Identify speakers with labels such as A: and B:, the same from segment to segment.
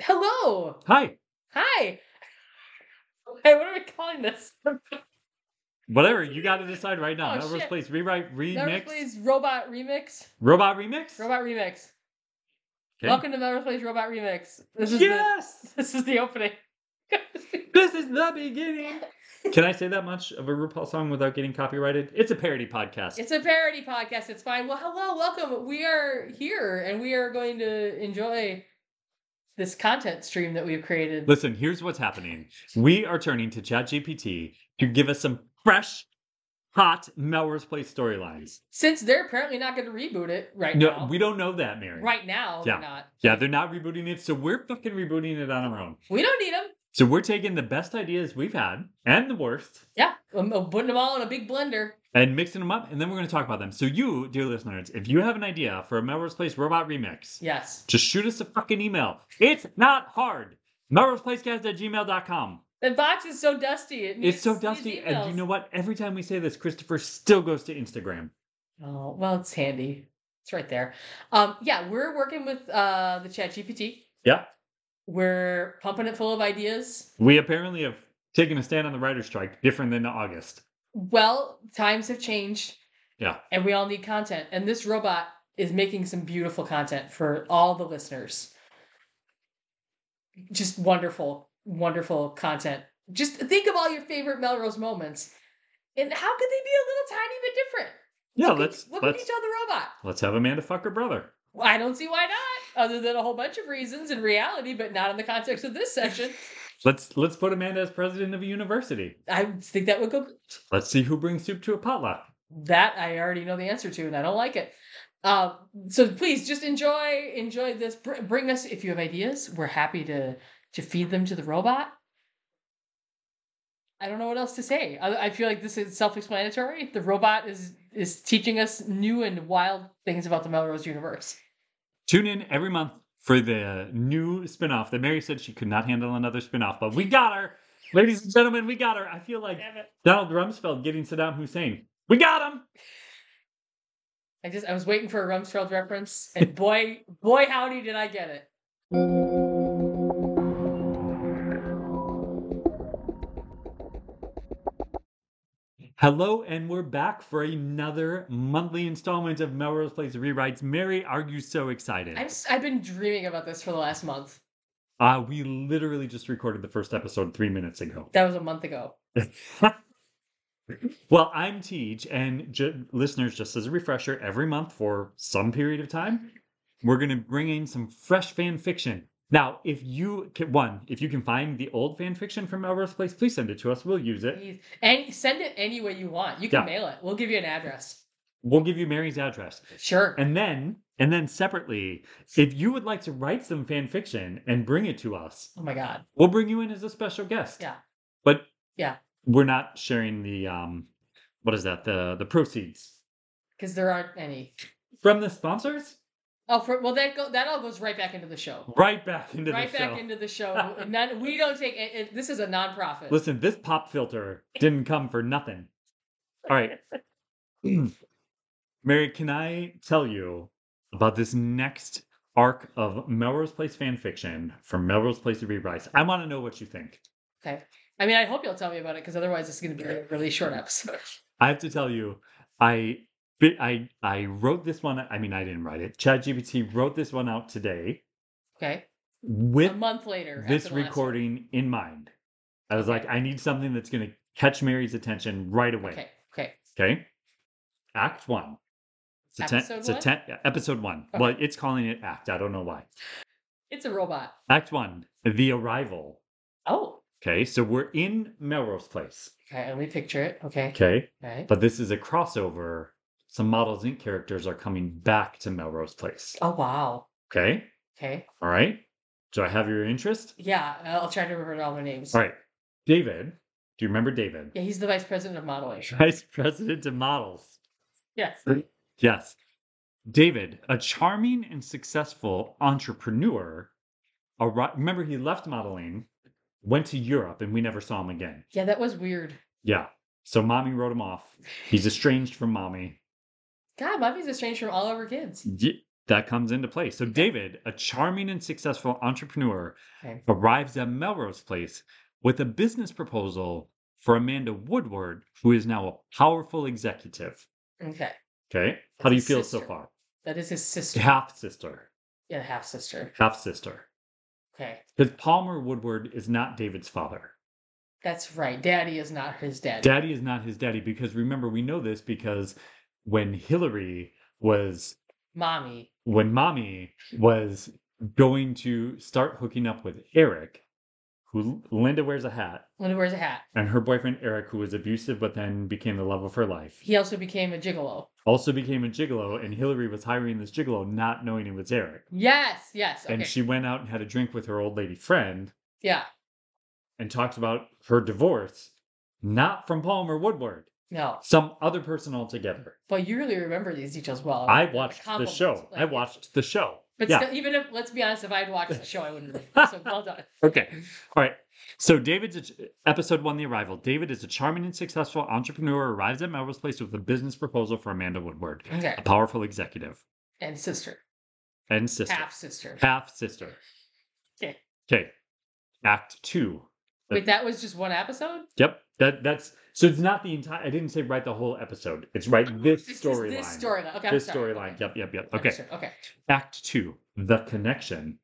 A: Hello.
B: Hi.
A: Hi. Hey, what are we calling this?
B: Whatever. You got to decide right now.
A: Oh,
B: Melrose
A: shit.
B: Place rewrite remix.
A: Melrose Place Robot Remix.
B: Robot remix.
A: Robot Remix.
B: Okay.
A: Welcome to Melrose Place Robot Remix. This is
B: yes.
A: the this is the opening.
B: This is the beginning. Can I say that much of a RuPaul song without getting copyrighted? It's a parody podcast.
A: it's a parody podcast. It's fine. Well, hello, welcome. We are here and we are going to enjoy this content stream that we've created.
B: Listen, here's what's happening. We are turning to ChatGPT to give us some fresh, hot Melrose Place storylines.
A: Since they're apparently not going to reboot it right
B: No,
A: now.
B: we don't know that, Mary.
A: right now,
B: Yeah.
A: they're not.
B: Yeah, they're not rebooting it, so we're fucking rebooting it on our own.
A: We don't need them.
B: So we're taking the best ideas we've had and the worst
A: Yeah, I'm I'm putting them all in a big blender.
B: and mixing them up, and then we're going to talk about them. So, you, dear listeners, if you have an idea for a Melrose Place robot remix,
A: Yes.
B: just shoot us a fucking email. It's not hard. MelrosePlaceCast at gmail.com.
A: The box is so dusty. It needs,
B: It's so
A: needs
B: dusty. And you
A: emails.
B: know what? Every time we say this, Christopher still goes to Instagram.
A: Oh, well, it's handy. It's right there. Um, yeah, we're working with uh, the Chat GPT.
B: Yeah.
A: We're pumping it full of ideas.
B: We apparently have taken a stand on the writer's strike, different than August.
A: Well, times have changed.
B: Yeah.
A: And we all need content. And this robot is making some beautiful content for all the listeners. Just wonderful, wonderful content. Just think of all your favorite Melrose moments. And how could they be a little tiny bit different?
B: Yeah,
A: Look at-
B: let's
A: look at
B: let's
A: each other robot.
B: let's have Amanda fuck her brother.
A: Well, I don't see why not, other than a whole bunch of reasons in reality, but not in the context of this session.
B: Let's let's put Amanda as president of a university.
A: I think that would go.
B: Let's see who brings soup to a potluck.
A: That I already know the answer to, and I don't like it. Um, so please just enjoy, enjoy this. Br- bring us if you have ideas. We're happy to to feed them to the robot. I don't know what else to say. I, I feel like this is self-explanatory. The robot is is teaching us new and wild things about the Melrose universe.
B: Tune in every month for the new spinoff that Mary said she could not handle another spinoff, but we got her. Ladies and gentlemen, we got her. I feel like
A: Damn it.
B: Donald Rumsfeld getting Saddam Hussein. We got him.
A: I just I was waiting for a Rumsfeld reference, and boy, boy, howdy did I get it.
B: Hello, and we're back for another monthly installment of Melrose Place Rewrites. Mary, are you so excited?
A: I'm s- I've been dreaming about this for the last month.
B: Uh, we literally just recorded the first episode three minutes ago.
A: That was a month ago.
B: Well, I'm Teej, and ju- listeners, just as a refresher, every month for some period of time, we're going to bring in some fresh fan fiction. Now, if you can, one, if you can find the old fan fiction from Melrose Place, please send it to us. We'll use it.
A: Jeez. And send it any way you want. You can
B: Yeah.
A: mail it. We'll give you an address.
B: We'll give you Mary's address.
A: Sure.
B: And then, and then separately, if you would like to write some fan fiction and bring it to us,
A: oh my god.
B: we'll bring you in as a special guest.
A: Yeah.
B: But
A: Yeah.
B: we're not sharing the um, what is that? The the proceeds
A: Because there aren't any.
B: from the sponsors
A: Oh, for, well that go that all goes right back into the show.
B: right back into
A: Right
B: the
A: back
B: show.
A: into the show. And None, we don't take it, it- This is a nonprofit.
B: Listen, this pop filter didn't come for nothing. All right, Mary, can I tell you about this next arc of Melrose Place fan fiction from Melrose Place to Rewrites? I want to know what you think.
A: Okay. I mean, I hope you'll tell me about it because otherwise it's going to be a really short episode.
B: I have to tell you, I bi- I I wrote this one. I mean, I didn't write it. ChatGPT wrote this one out today
A: Okay. A
B: with
A: month later. after
B: this
A: the last one.
B: recording in mind. I was like, I need something that's going to catch Mary's attention right away.
A: Okay. Okay.
B: Okay. Act one. It's a ten,
A: Episode
B: it's a
A: one?
B: ten, yeah, episode one.
A: Okay.
B: Well, it's calling it act. I don't know why.
A: It's a robot.
B: Act one, the arrival.
A: Oh.
B: Okay. So we're in Melrose Place.
A: Okay. Let me picture it. Okay.
B: Okay.
A: Okay.
B: But this is a crossover. Some Models Inc. characters are coming back to Melrose Place.
A: Oh wow.
B: Okay.
A: Okay.
B: All right. Do I have your interest?
A: Yeah, I'll try to remember all their names.
B: All right. David. Do you remember David?
A: Yeah, he's the vice president of modeling.
B: Vice President of Models.
A: Yes.
B: Yes. David, a charming and successful entrepreneur, arri- remember he left modeling, went to Europe, and we never saw him again.
A: Yeah, that was weird.
B: Yeah. So mommy wrote him off. He's estranged from mommy.
A: God, mommy's estranged from all of her kids.
B: Ye- that comes into play. So David, a charming and successful entrepreneur,
A: Okay.
B: arrives at Melrose Place with a business proposal for Amanda Woodward, who is now a powerful executive.
A: Okay.
B: Okay. How do you
A: His
B: feel so
A: sister.
B: far?
A: That is his sister.
B: Half sister.
A: Yeah, half sister.
B: Half sister.
A: Okay.
B: Because Palmer Woodward is not David's father.
A: That's right. Daddy is not his daddy.
B: Daddy is not his daddy because remember, we know this because when Hillary was,
A: Mommy.
B: when mommy was going to start hooking up with Eric, who Linda wears a hat,
A: Linda wears a hat.
B: and her boyfriend Eric, who was abusive but then became the love of her life,
A: He also became a gigolo.
B: also became a gigolo, and Hillary was hiring this gigolo not knowing it was Eric.
A: Yes. Yes. Okay.
B: And she went out and had a drink with her old lady friend
A: yeah.
B: and talked about her divorce, not from Palmer Woodward,
A: No.
B: some other person altogether.
A: But you really remember these details well.
B: I
A: Oh, Like,
B: watched the
A: compliments,
B: show. I
A: like-
B: watched the show.
A: But
B: yeah.
A: still, even if, let's be honest, if I'd watched the show, I wouldn't. have. So well done.
B: Okay. All right. So David's a- episode one, the arrival. David is a charming and successful entrepreneur who arrives at Melrose Place with a business proposal for Amanda Woodward,
A: Okay.
B: a powerful executive
A: And sister,
B: and sister,
A: half sister.
B: half sister.
A: Okay.
B: Okay. Act two.
A: Wait, that was just one episode.
B: Yep. That that's so it's not the entire. I didn't say write the whole episode. It's write this
A: It's just
B: storyline.
A: Oh, This storyline. Okay. I'm
B: This
A: sorry.
B: storyline.
A: Okay.
B: Yep. Yep. Yep.
A: I'm
B: Okay.
A: sorry. Okay.
B: Act two, the connection.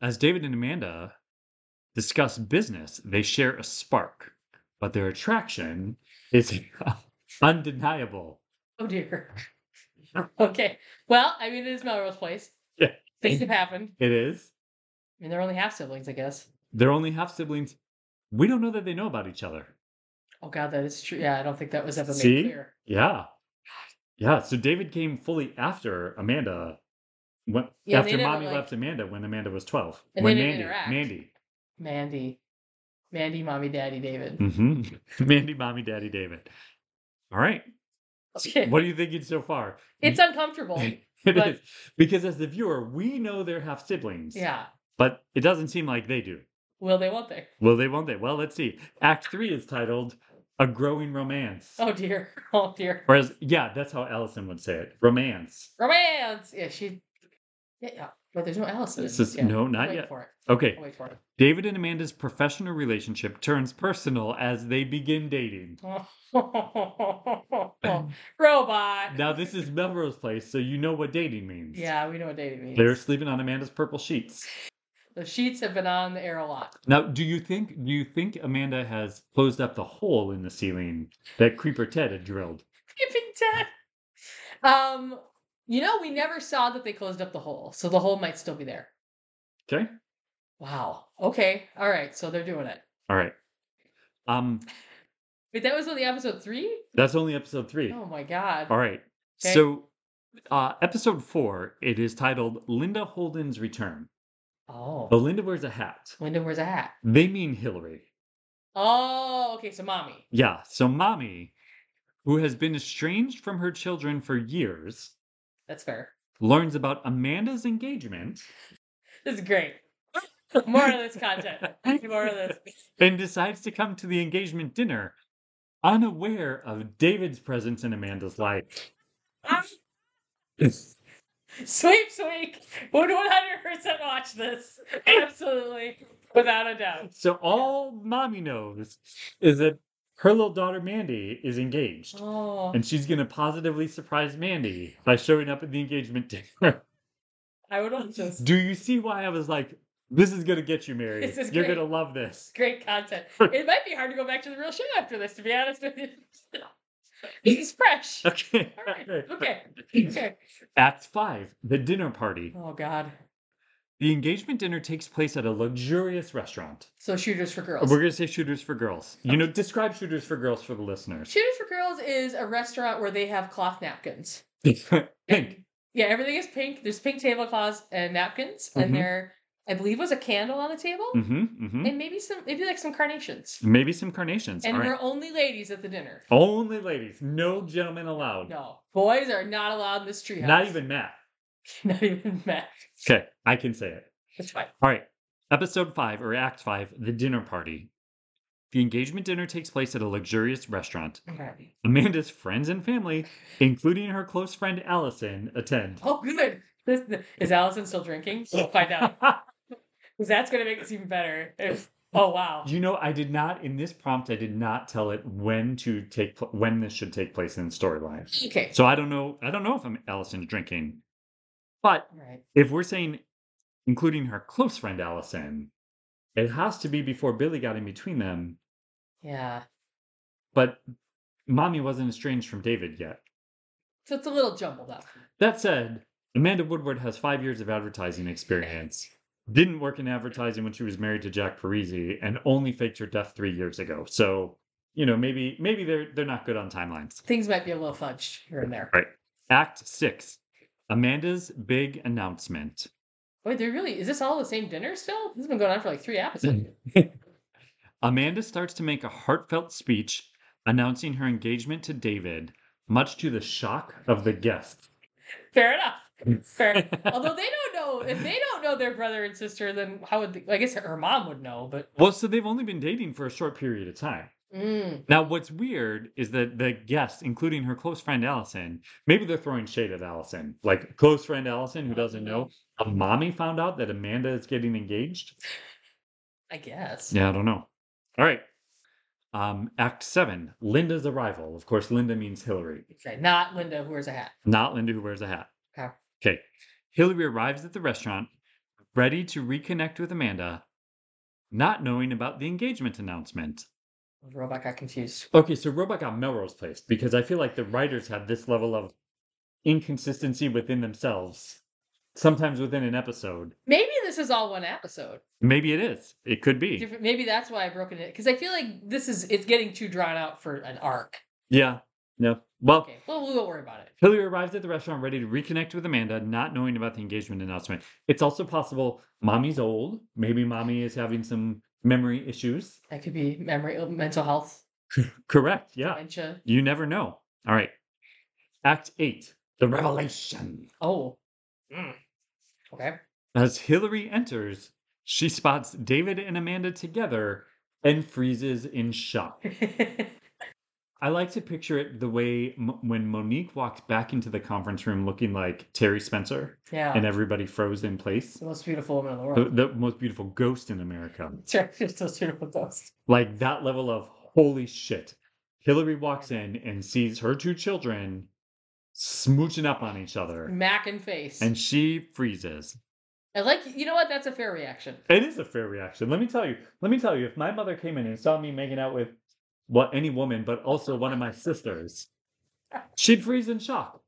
B: As David and Amanda discuss business, they share a spark, but their attraction is undeniable.
A: Oh dear. okay. Well, I mean, it is Melrose Place.
B: Yeah.
A: Things have happened.
B: It is.
A: I mean, they're only half siblings, I guess.
B: They're only half siblings. We don't know that they know about each other.
A: Oh God, that is true. Yeah, I don't think that was ever made
B: See?
A: clear.
B: Yeah. Yeah. So David came fully after Amanda. When,
A: Yeah, they
B: after
A: never,
B: mommy
A: like-
B: left Amanda when Amanda was 12.
A: And they
B: when
A: didn't
B: Mandy.
A: interact.
B: Mandy.
A: Mandy, Mandy, mommy, daddy, David.
B: hmm Mandy, mommy, daddy, David. All right.
A: Okay.
B: What Hmm. are you thinking so far?
A: It's uncomfortable.
B: It
A: but-
B: is. Because as the viewer, we know they're half siblings.
A: yeah.
B: But it doesn't seem like they do.
A: Will they? Won't they?
B: Will they, won't they? Well, let's see. Act three is titled A Growing Romance.
A: Oh dear. Oh dear.
B: Whereas, yeah, that's how Allison would say it. Romance.
A: Romance. Yeah, she. Yeah, yeah. But there's no Allison. in
B: This is
A: yet.
B: no, not
A: Wait
B: yet.
A: for it.
B: Okay.
A: I'll wait for it.
B: David and Amanda's professional relationship turns personal as they begin dating.
A: Robot.
B: Now, this is Melrose Place, so you know what dating means.
A: Yeah, we know what dating means.
B: They're sleeping on Amanda's purple sheets.
A: The sheets have been on the air a lot.
B: Now, do you think do you think Amanda has closed up the hole in the ceiling that Creeper Ted had drilled?
A: Skipping Ted. Um, you know, we never saw that they closed up the hole, so the hole might still be there.
B: Okay.
A: Wow. Okay. All right. So they're doing it.
B: All right. Um,
A: Wait, that was only episode three.
B: that's only episode three.
A: Oh my god.
B: All right.
A: Okay.
B: So, uh, episode four. It is titled Linda Holden's Return.
A: Oh.
B: Belinda wears a hat.
A: Linda wears a hat.
B: They mean Hillary.
A: Oh, okay. So mommy.
B: Yeah. So, mommy, who has been estranged from her children for years,
A: That's fair.
B: learns about Amanda's engagement
A: This is great. More of this content. More of this.
B: and decides to come to the engagement dinner, unaware of David's presence in Amanda's life.
A: Ah, Sweep, sweep. Would 100% watch this. Absolutely. Without a doubt.
B: So all mommy knows is that her little daughter Mandy is engaged.
A: Oh,
B: And she's gonna positively surprise Mandy by showing up at the engagement dinner.
A: I would watch this.
B: Do you see why I was like, this is gonna get you married.
A: This is
B: You're
A: great.
B: gonna love this.
A: It's great content. It might be hard to go back to the real show after this, to be honest with you. It's fresh.
B: Okay.
A: All right. Okay. Okay.
B: Act five, the dinner party.
A: Oh, God.
B: The engagement dinner takes place at a luxurious restaurant.
A: So, Shooters for
B: We're
A: Girls.
B: going to say Shooters for Girls. You know, describe Shooters for Girls for the listeners.
A: Shooters for Girls is a restaurant where they have cloth napkins.
B: Pink. Mm-hmm,
A: And- Yeah, everything is pink. There's pink tablecloths and napkins,
B: Mhm.
A: and there, I believe, was a candle on the table,
B: hmm hmm
A: and maybe some, maybe like some carnations.
B: Maybe some carnations.
A: And
B: All
A: we're
B: right.
A: only ladies at the dinner.
B: Only ladies. No gentlemen allowed.
A: No, boys are not allowed in this treehouse.
B: Not even Matt.
A: not even Matt.
B: Okay, I can say it.
A: That's fine.
B: All right. Episode five or Act five, the dinner party. The engagement dinner takes place at a luxurious restaurant.
A: Okay.
B: Amanda's friends and family, including her close friend Allison, attend.
A: Oh, good. This, is Allison still drinking? We'll find out. Because that's going to make this even better. If, oh, wow.
B: you know, I did not in this prompt. I did not tell it when to take pl- when this should take place in the storyline.
A: Okay.
B: So I don't know. I don't know if I'm Allison's drinking, but
A: All right.
B: if we're saying including her close friend Allison, it has to be before Billy got in between them.
A: Yeah.
B: But mommy wasn't estranged from David yet.
A: So it's a little jumbled up.
B: That said, Amanda Woodward has five years of advertising experience. Didn't work in advertising when she was married to Jack Parisi, and only faked her death three years ago. So, you know, maybe maybe they're they're not good on timelines.
A: Things might be a little fudged here and there.
B: Right. Act six, Amanda's big announcement.
A: Wait, they really, is this all the same dinner still? This has been going on for like three episodes.
B: Mm. Amanda starts to make a heartfelt speech announcing her engagement to David, much to the shock of the guests.
A: Fair enough. Fair. Although they don't know, if they don't know their brother and sister, then how would, they, I guess her mom would know, but.
B: Well, so they've only been dating for a short period of time.
A: Mm,
B: Now, what's weird is that the guests, including her close friend Allison, maybe they're throwing shade at Allison. Like, close friend Allison, who doesn't know, a mommy found out that Amanda is getting engaged.
A: I guess.
B: Yeah, I don't know. All right. Um, act seven Linda's arrival. Of course, Linda means Hillary.
A: Okay. Not Linda, who wears a hat.
B: Not Linda who wears a hat.
A: Okay.
B: Okay. Hillary arrives at the restaurant, ready to reconnect with Amanda, not knowing about the engagement announcement.
A: The robot got confused.
B: Okay, so Robot got Melrose Place because I feel like the writers have this level of inconsistency within themselves, sometimes within an episode.
A: Maybe this is all one episode.
B: Maybe it is. It could be.
A: Different, maybe that's why I broke it because I feel like this is it's getting too drawn out for an arc.
B: Yeah. No. Well,
A: Okay, well we won't worry about it.
B: Hillary arrives at the restaurant ready to reconnect with Amanda, not knowing about the engagement announcement. It's also possible mommy's old. Maybe mommy is having some memory issues.
A: That could be memory, oh, mental health,
B: Correct. Yeah.
A: dementia.
B: You never know. All right. Act eight The Revelation.
A: Oh, Mm. okay.
B: As Hillary enters, she spots David and Amanda together and freezes in shock. I like to picture it the way M- when Monique walked back into the conference room looking like Terry Spencer
A: yeah,
B: and everybody froze in place.
A: it's the most beautiful woman in the
B: the,
A: world.
B: the most beautiful ghost in America.
A: It's actually the most beautiful ghost.
B: Like that level of holy shit. Hillary walks in and sees her two children smooching up on each other,
A: Mac and face.
B: and she freezes.
A: I like you know what? That's a fair reaction.
B: It is a fair reaction. Let me tell you. Let me tell you. If my mother came in and saw me making out with well any woman, but also one of my sisters, she'd freeze in shock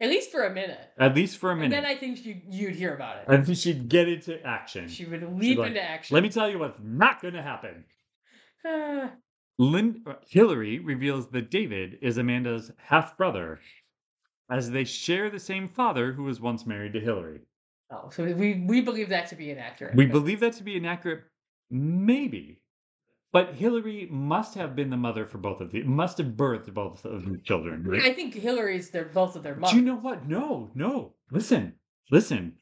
A: At least for a minute.
B: at least for a
A: And then
B: minute,
A: I think you you'd hear about it.
B: and then she'd get into action.
A: She would leap
B: like,
A: into action.
B: Let me tell you what's not going to happen.
A: Ah,
B: Lin- uh, Hillary reveals that David is Amanda's half brother, as they share the same father who was once married to Hillary.
A: oh, so we we believe that to be inaccurate.
B: We
A: Okay.
B: believe that to be inaccurate, maybe. But Hillary must have been the mother for both of the must have birthed both of the children. right?
A: I think Hillary's their both of their mothers.
B: Do you know what? No, no. Listen, listen.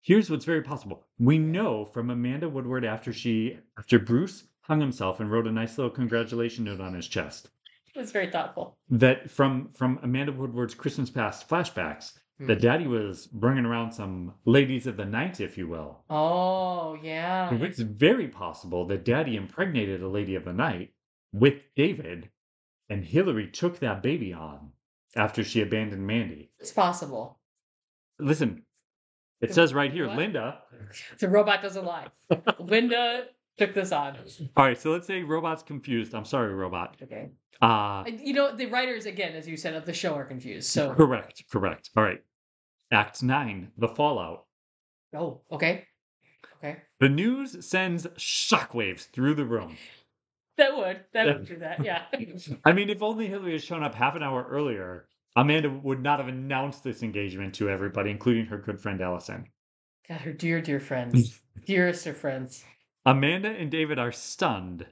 B: Here's what's very possible. We know from Amanda Woodward after she after Bruce hung himself and wrote a nice little congratulation note on his chest
A: It was very thoughtful.
B: that from from Amanda Woodward's Christmas past flashbacks that daddy was bringing around some ladies of the night, if you will.
A: Oh yeah.
B: It's very possible that Daddy impregnated a lady of the night with David, and Hillary took that baby on after she abandoned Mandy.
A: It's possible.
B: Listen, it says right here,
A: What?
B: Linda.
A: The robot doesn't lie. Linda took this on.
B: All right, so let's say Robot's confused. I'm sorry, Robot.
A: Okay.
B: Uh,
A: And, You know, the writers again, as you said, of the show are confused. So
B: correct, correct. All right. Act 9, The Fallout.
A: oh, okay. Okay.
B: The news sends shockwaves through the room.
A: That would. That would do that. Yeah.
B: I mean, if only Hillary had shown up half an hour earlier, Amanda would not have announced this engagement to everybody, including her good friend Allison.
A: God, her dear, dear friends. Dearest of friends.
B: Amanda and David are stunned,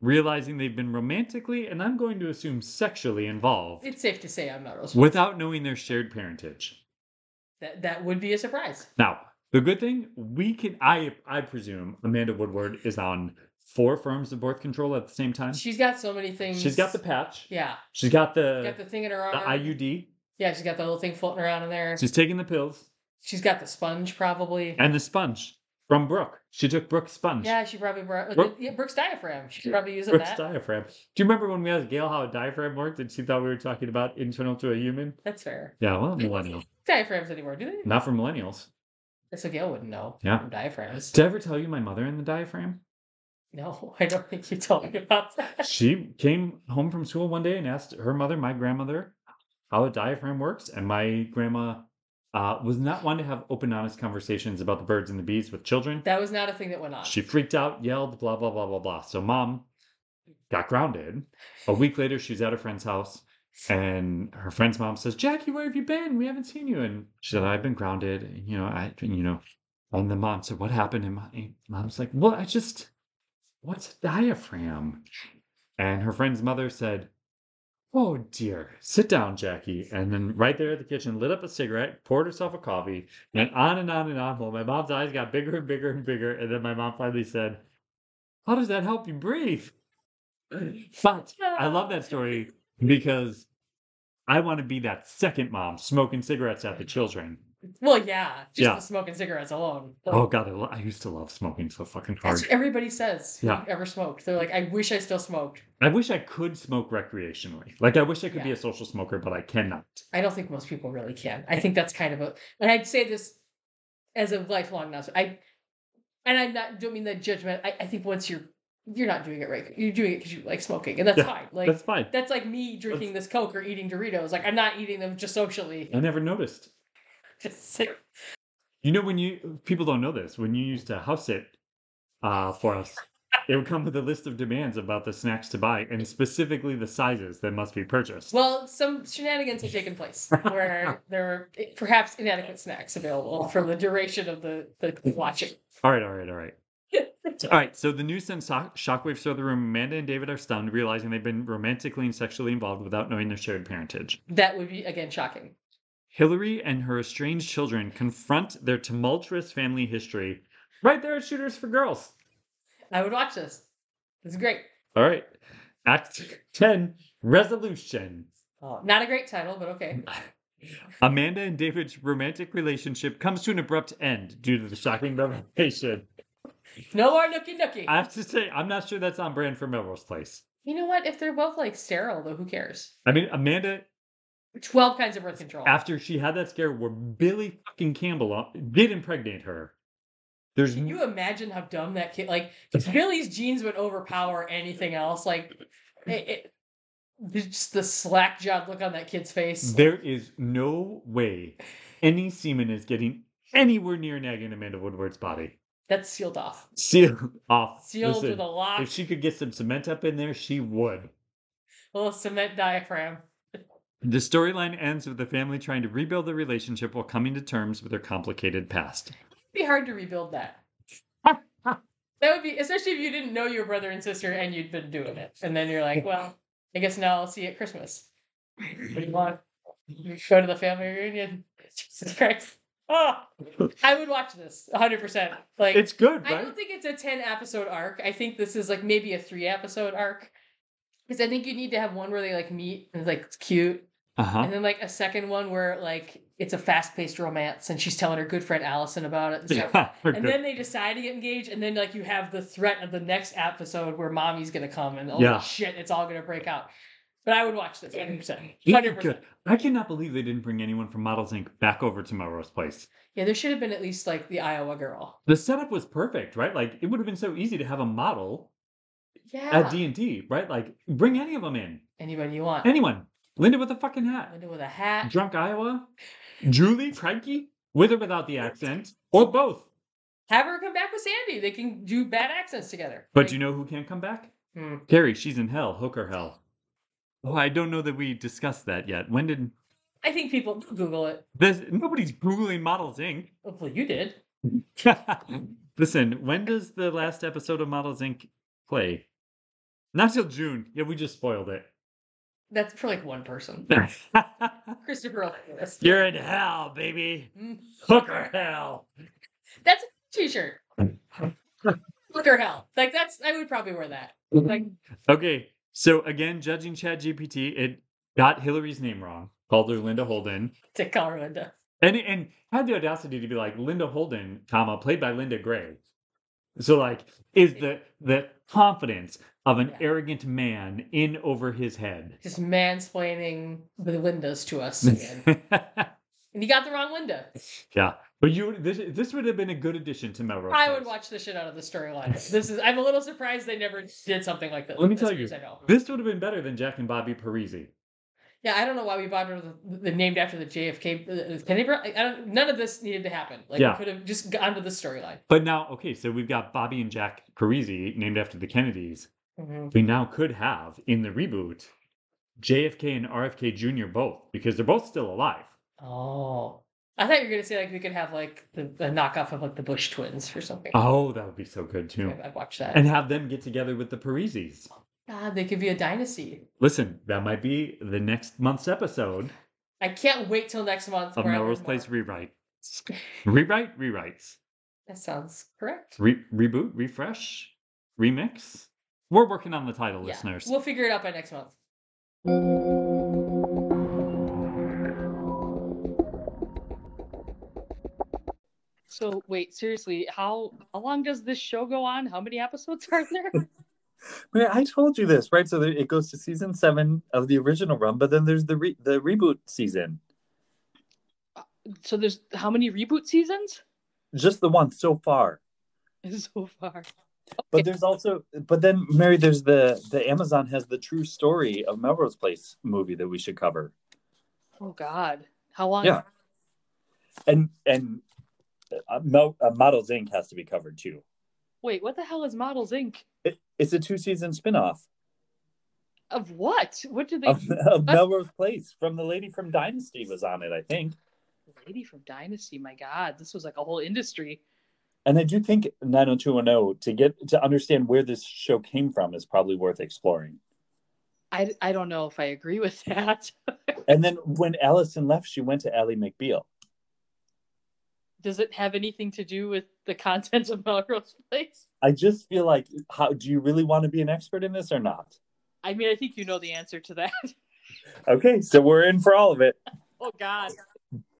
B: realizing they've been romantically and I'm going to assume sexually involved
A: It's safe to say I'm not real surprised.
B: without knowing their shared parentage.
A: That that would be a surprise.
B: Now, the good thing we can I I presume Amanda Woodward is on four firms of birth control at the same time.
A: She's got so many things.
B: She's got the patch.
A: Yeah.
B: She's
A: She's got
B: got the,
A: the thing in her
B: the
A: arm.
B: IUD.
A: yeah, she's got the little thing floating around in there.
B: She's taking the pills.
A: She's got the sponge probably.
B: And the sponge from Brooke. She took Brooke's sponge.
A: Yeah, she probably brought uh,
B: Brooke-
A: yeah, Brooke's diaphragm. She could probably use
B: Brooke's
A: that.
B: diaphragm. Do you remember when we asked Gail how a diaphragm worked and she thought we were talking about internal to a human?
A: That's fair.
B: Yeah, well, millennial.
A: Diaphragms anymore, do they?
B: Not for millennials.
A: That's what Gail wouldn't know.
B: Yeah.
A: from Diaphragms.
B: Did I ever tell you my mother in the diaphragm?
A: No, I don't think you told me about that.
B: She came home from school one day and asked her mother, my grandmother, how a diaphragm works. And my grandma uh, was not one to have open, honest conversations about the birds and the bees with children.
A: That was not a thing that went on.
B: She freaked out, yelled, blah, blah, blah, blah, blah. So mom got grounded. A week later, she's at her friend's house, and her friend's mom says, Jackie, where have you been? We haven't seen you. And she said, I've been grounded. You know, I, you know, and the mom said, What happened? And my and mom's like, Well, I just, what's a diaphragm? And her friend's mother said, Oh dear, sit down, Jackie. And then right there at the kitchen, lit up a cigarette, poured herself a coffee, and on and on and on. Well, my mom's eyes got bigger and bigger and bigger. And then my mom finally said, How does that help you breathe? But I love that story because I want to be that second mom smoking cigarettes at the children.
A: Well, yeah, just
B: Yeah.
A: the smoking cigarettes alone.
B: Oh, God, I, lo- I used to love smoking so fucking
A: That's
B: hard.
A: what everybody says.
B: Yeah.
A: Yeah. Ever smoked? They're like, I wish I still smoked.
B: I wish I could smoke recreationally. Like, I wish I could be
A: Yeah.
B: a social smoker, but I cannot.
A: I don't think most people really can. I think that's kind of a, and I'd say this as a lifelong nonsense. I, and I'm not don't mean that judgment. I, I think once you're you're not doing it right. You're doing it because you like smoking, and that's
B: Yeah,
A: fine. Like
B: That's
A: that's,
B: fine.
A: like me drinking this Coke or eating Doritos. Like I'm not eating them just socially.
B: I never noticed.
A: Just sick.
B: You know, when you people don't know this, when you used to house sit uh, for us, it would come with a list of demands about the snacks to buy and specifically the sizes that must be purchased.
A: Well, some shenanigans have taken place where there were perhaps inadequate snacks available for the duration of the the watching.
B: All right, all right, all right. All right, so the news sends shock- shockwaves through the room. Amanda and David are stunned, realizing they've been romantically and sexually involved without knowing their shared parentage.
A: That would be again shocking.
B: Hillary and her estranged children confront their tumultuous family history right there at Shooters for Girls.
A: I would watch this. This is great.
B: All right, Act 10 Resolution.
A: Oh, not a great title, but okay.
B: Amanda and David's romantic relationship comes to an abrupt end due to the shocking revelation.
A: No more nookie nookie.
B: I have to say, I'm not sure that's on brand for Melrose Place.
A: you know what? If they're both like sterile, though, who cares?
B: I mean, Amanda,
A: Twelve kinds of birth control.
B: after she had that scare where Billy fucking Campbell uh, did impregnate her, there's
A: Can you imagine how dumb that kid? Like Billy's genes would overpower anything else. Like it, it, there's just the slack jawed look on that kid's face.
B: there is no way any semen is getting anywhere near nagging Amanda Woodward's body.
A: That's sealed off.
B: Sealed off.
A: Sealed
B: Listen,
A: with a lock,
B: if she could get some cement up in there, she would.
A: a little cement diaphragm.
B: The storyline ends with the family trying to rebuild their relationship while coming to terms with their complicated past.
A: It'd be hard to rebuild that. that would be especially if you didn't know your brother and sister and you'd been doing it. And then you're like, well, I guess now I'll see you at Christmas. What do you want? You go to the family reunion. Jesus Christ. Oh, I would watch this 100%. Like
B: It's good,
A: I
B: right?
A: don't think it's a 10 episode arc. I think this is like maybe a 3 episode arc. Cuz I think you need to have one where they like meet and like it's cute
B: Uh huh.
A: and then like a second one where like it's a fast-paced romance and she's telling her good friend Allison about it and stuff.
B: Yeah, we're
A: And
B: good.
A: then they decide to get engaged, and then like you have the threat of the next episode where mommy's gonna come and oh
B: Yeah.
A: shit, it's all gonna break out. But I would watch this 100 percent.
B: This is
A: 100%.
B: good. I cannot believe they didn't bring anyone from Models Inc. back over to Melrose Place.
A: Yeah, there should have been at least like the Iowa girl.
B: The setup was perfect, right? Like it would have been so easy to have a model
A: Yeah.
B: at D and D, right? Like bring any of them in,
A: Anybody you want.
B: anyone. Linda with a fucking hat,
A: Linda with a hat.
B: drunk Iowa, Julie cranky, with or without the accent, or both.
A: Have her come back with Sandy. They can do bad accents together.
B: But
A: Like,
B: you know who can't come back?
A: hmm.
B: Carrie, she's in hell, hooker hell. Oh, I don't know that we discussed that yet. When did
A: I think people Google it.
B: this? Nobody's googling Models Inc.
A: Hopefully you did.
B: Listen, when does the last episode of Models Inc. play? Not till June. Yeah, we just spoiled it.
A: That's for like one person. Christopher Lewis.
B: You're in hell, baby.
A: Mm.
B: Hooker hell.
A: That's a t-shirt. Look or hell. Like that's I would probably wear that. Like
B: Okay, so again, judging ChatGPT, it got Hillary's name wrong. Called her Linda Holden.
A: to call her Linda.
B: and and had the audacity to be like Linda Holden, comma played by Linda Gray. So like, is the the confidence of an
A: Yeah.
B: arrogant man in over his head?
A: Just mansplaining the Lindas to us again. and you got the wrong Linda.
B: yeah, but you this this would have been a good addition to Melrose.
A: I would
B: Place.
A: watch the shit out of the storyline. This is I'm a little surprised they never did something like this.
B: Let me
A: as
B: tell
A: far
B: you.
A: as I know.
B: This would have been better than Jack and Bobby Parisi.
A: Yeah, I don't know why we bothered with the named after the JFK. uh, Kennedy. bro- I don't, none of this needed to happen. Like,
B: Yeah.
A: we could have just gone to the storyline.
B: But now, okay, so we've got Bobby and Jack Parisi named after the Kennedys. We now could have in the reboot JFK and RFK Jr. both because they're both still alive.
A: Oh, I thought you were gonna say like we could have like the, the knockoff of like the Bush twins or something.
B: Oh, that would be so good too.
A: I've, I've watched that.
B: And have them get together with the Parisis.
A: God, they could be a dynasty.
B: Listen, that might be the next month's episode
A: I can't wait till next month.
B: of
A: where I learn
B: Melrose
A: more.
B: Place Rewrite. Rewrite, rewrites.
A: That sounds correct.
B: Re- reboot, refresh, remix. We're working on the title,
A: Yeah.
B: listeners.
A: We'll figure it out by next month. So wait, seriously, how how long does this show go on? How many episodes are there?
C: Wait, I told you this, right? So there, it goes to season seven of the original run, but then there's the re- the reboot season,
A: so there's how many reboot seasons
C: just the one so far.
A: so far?
C: But
A: Okay.
C: there's also, but then Mary, there's the the Amazon has the true story of Melrose Place movie that we should cover,
A: Oh God, how long?
C: Yeah. and and uh, Mel, uh, Models Inc has to be covered too.
A: Wait, what the hell is Models Inc.
C: It, it's a two season spinoff
A: of what? What do they?
C: of, of Melrose Place from the lady from Dynasty was on it, I think.
A: Lady from Dynasty. My God, this was like a whole industry.
C: And I do think 90210 to get to understand where this show came from is probably worth exploring.
A: I I don't know if I agree with that.
C: And then when Allison left, she went to Ally McBeal.
A: Does it have anything to do with the contents of Melrose Place?
C: I just feel like, how do you really want to be an expert in this or not?
A: I mean, I think you know the answer to that.
C: Okay, so we're in for all of it.
A: oh God,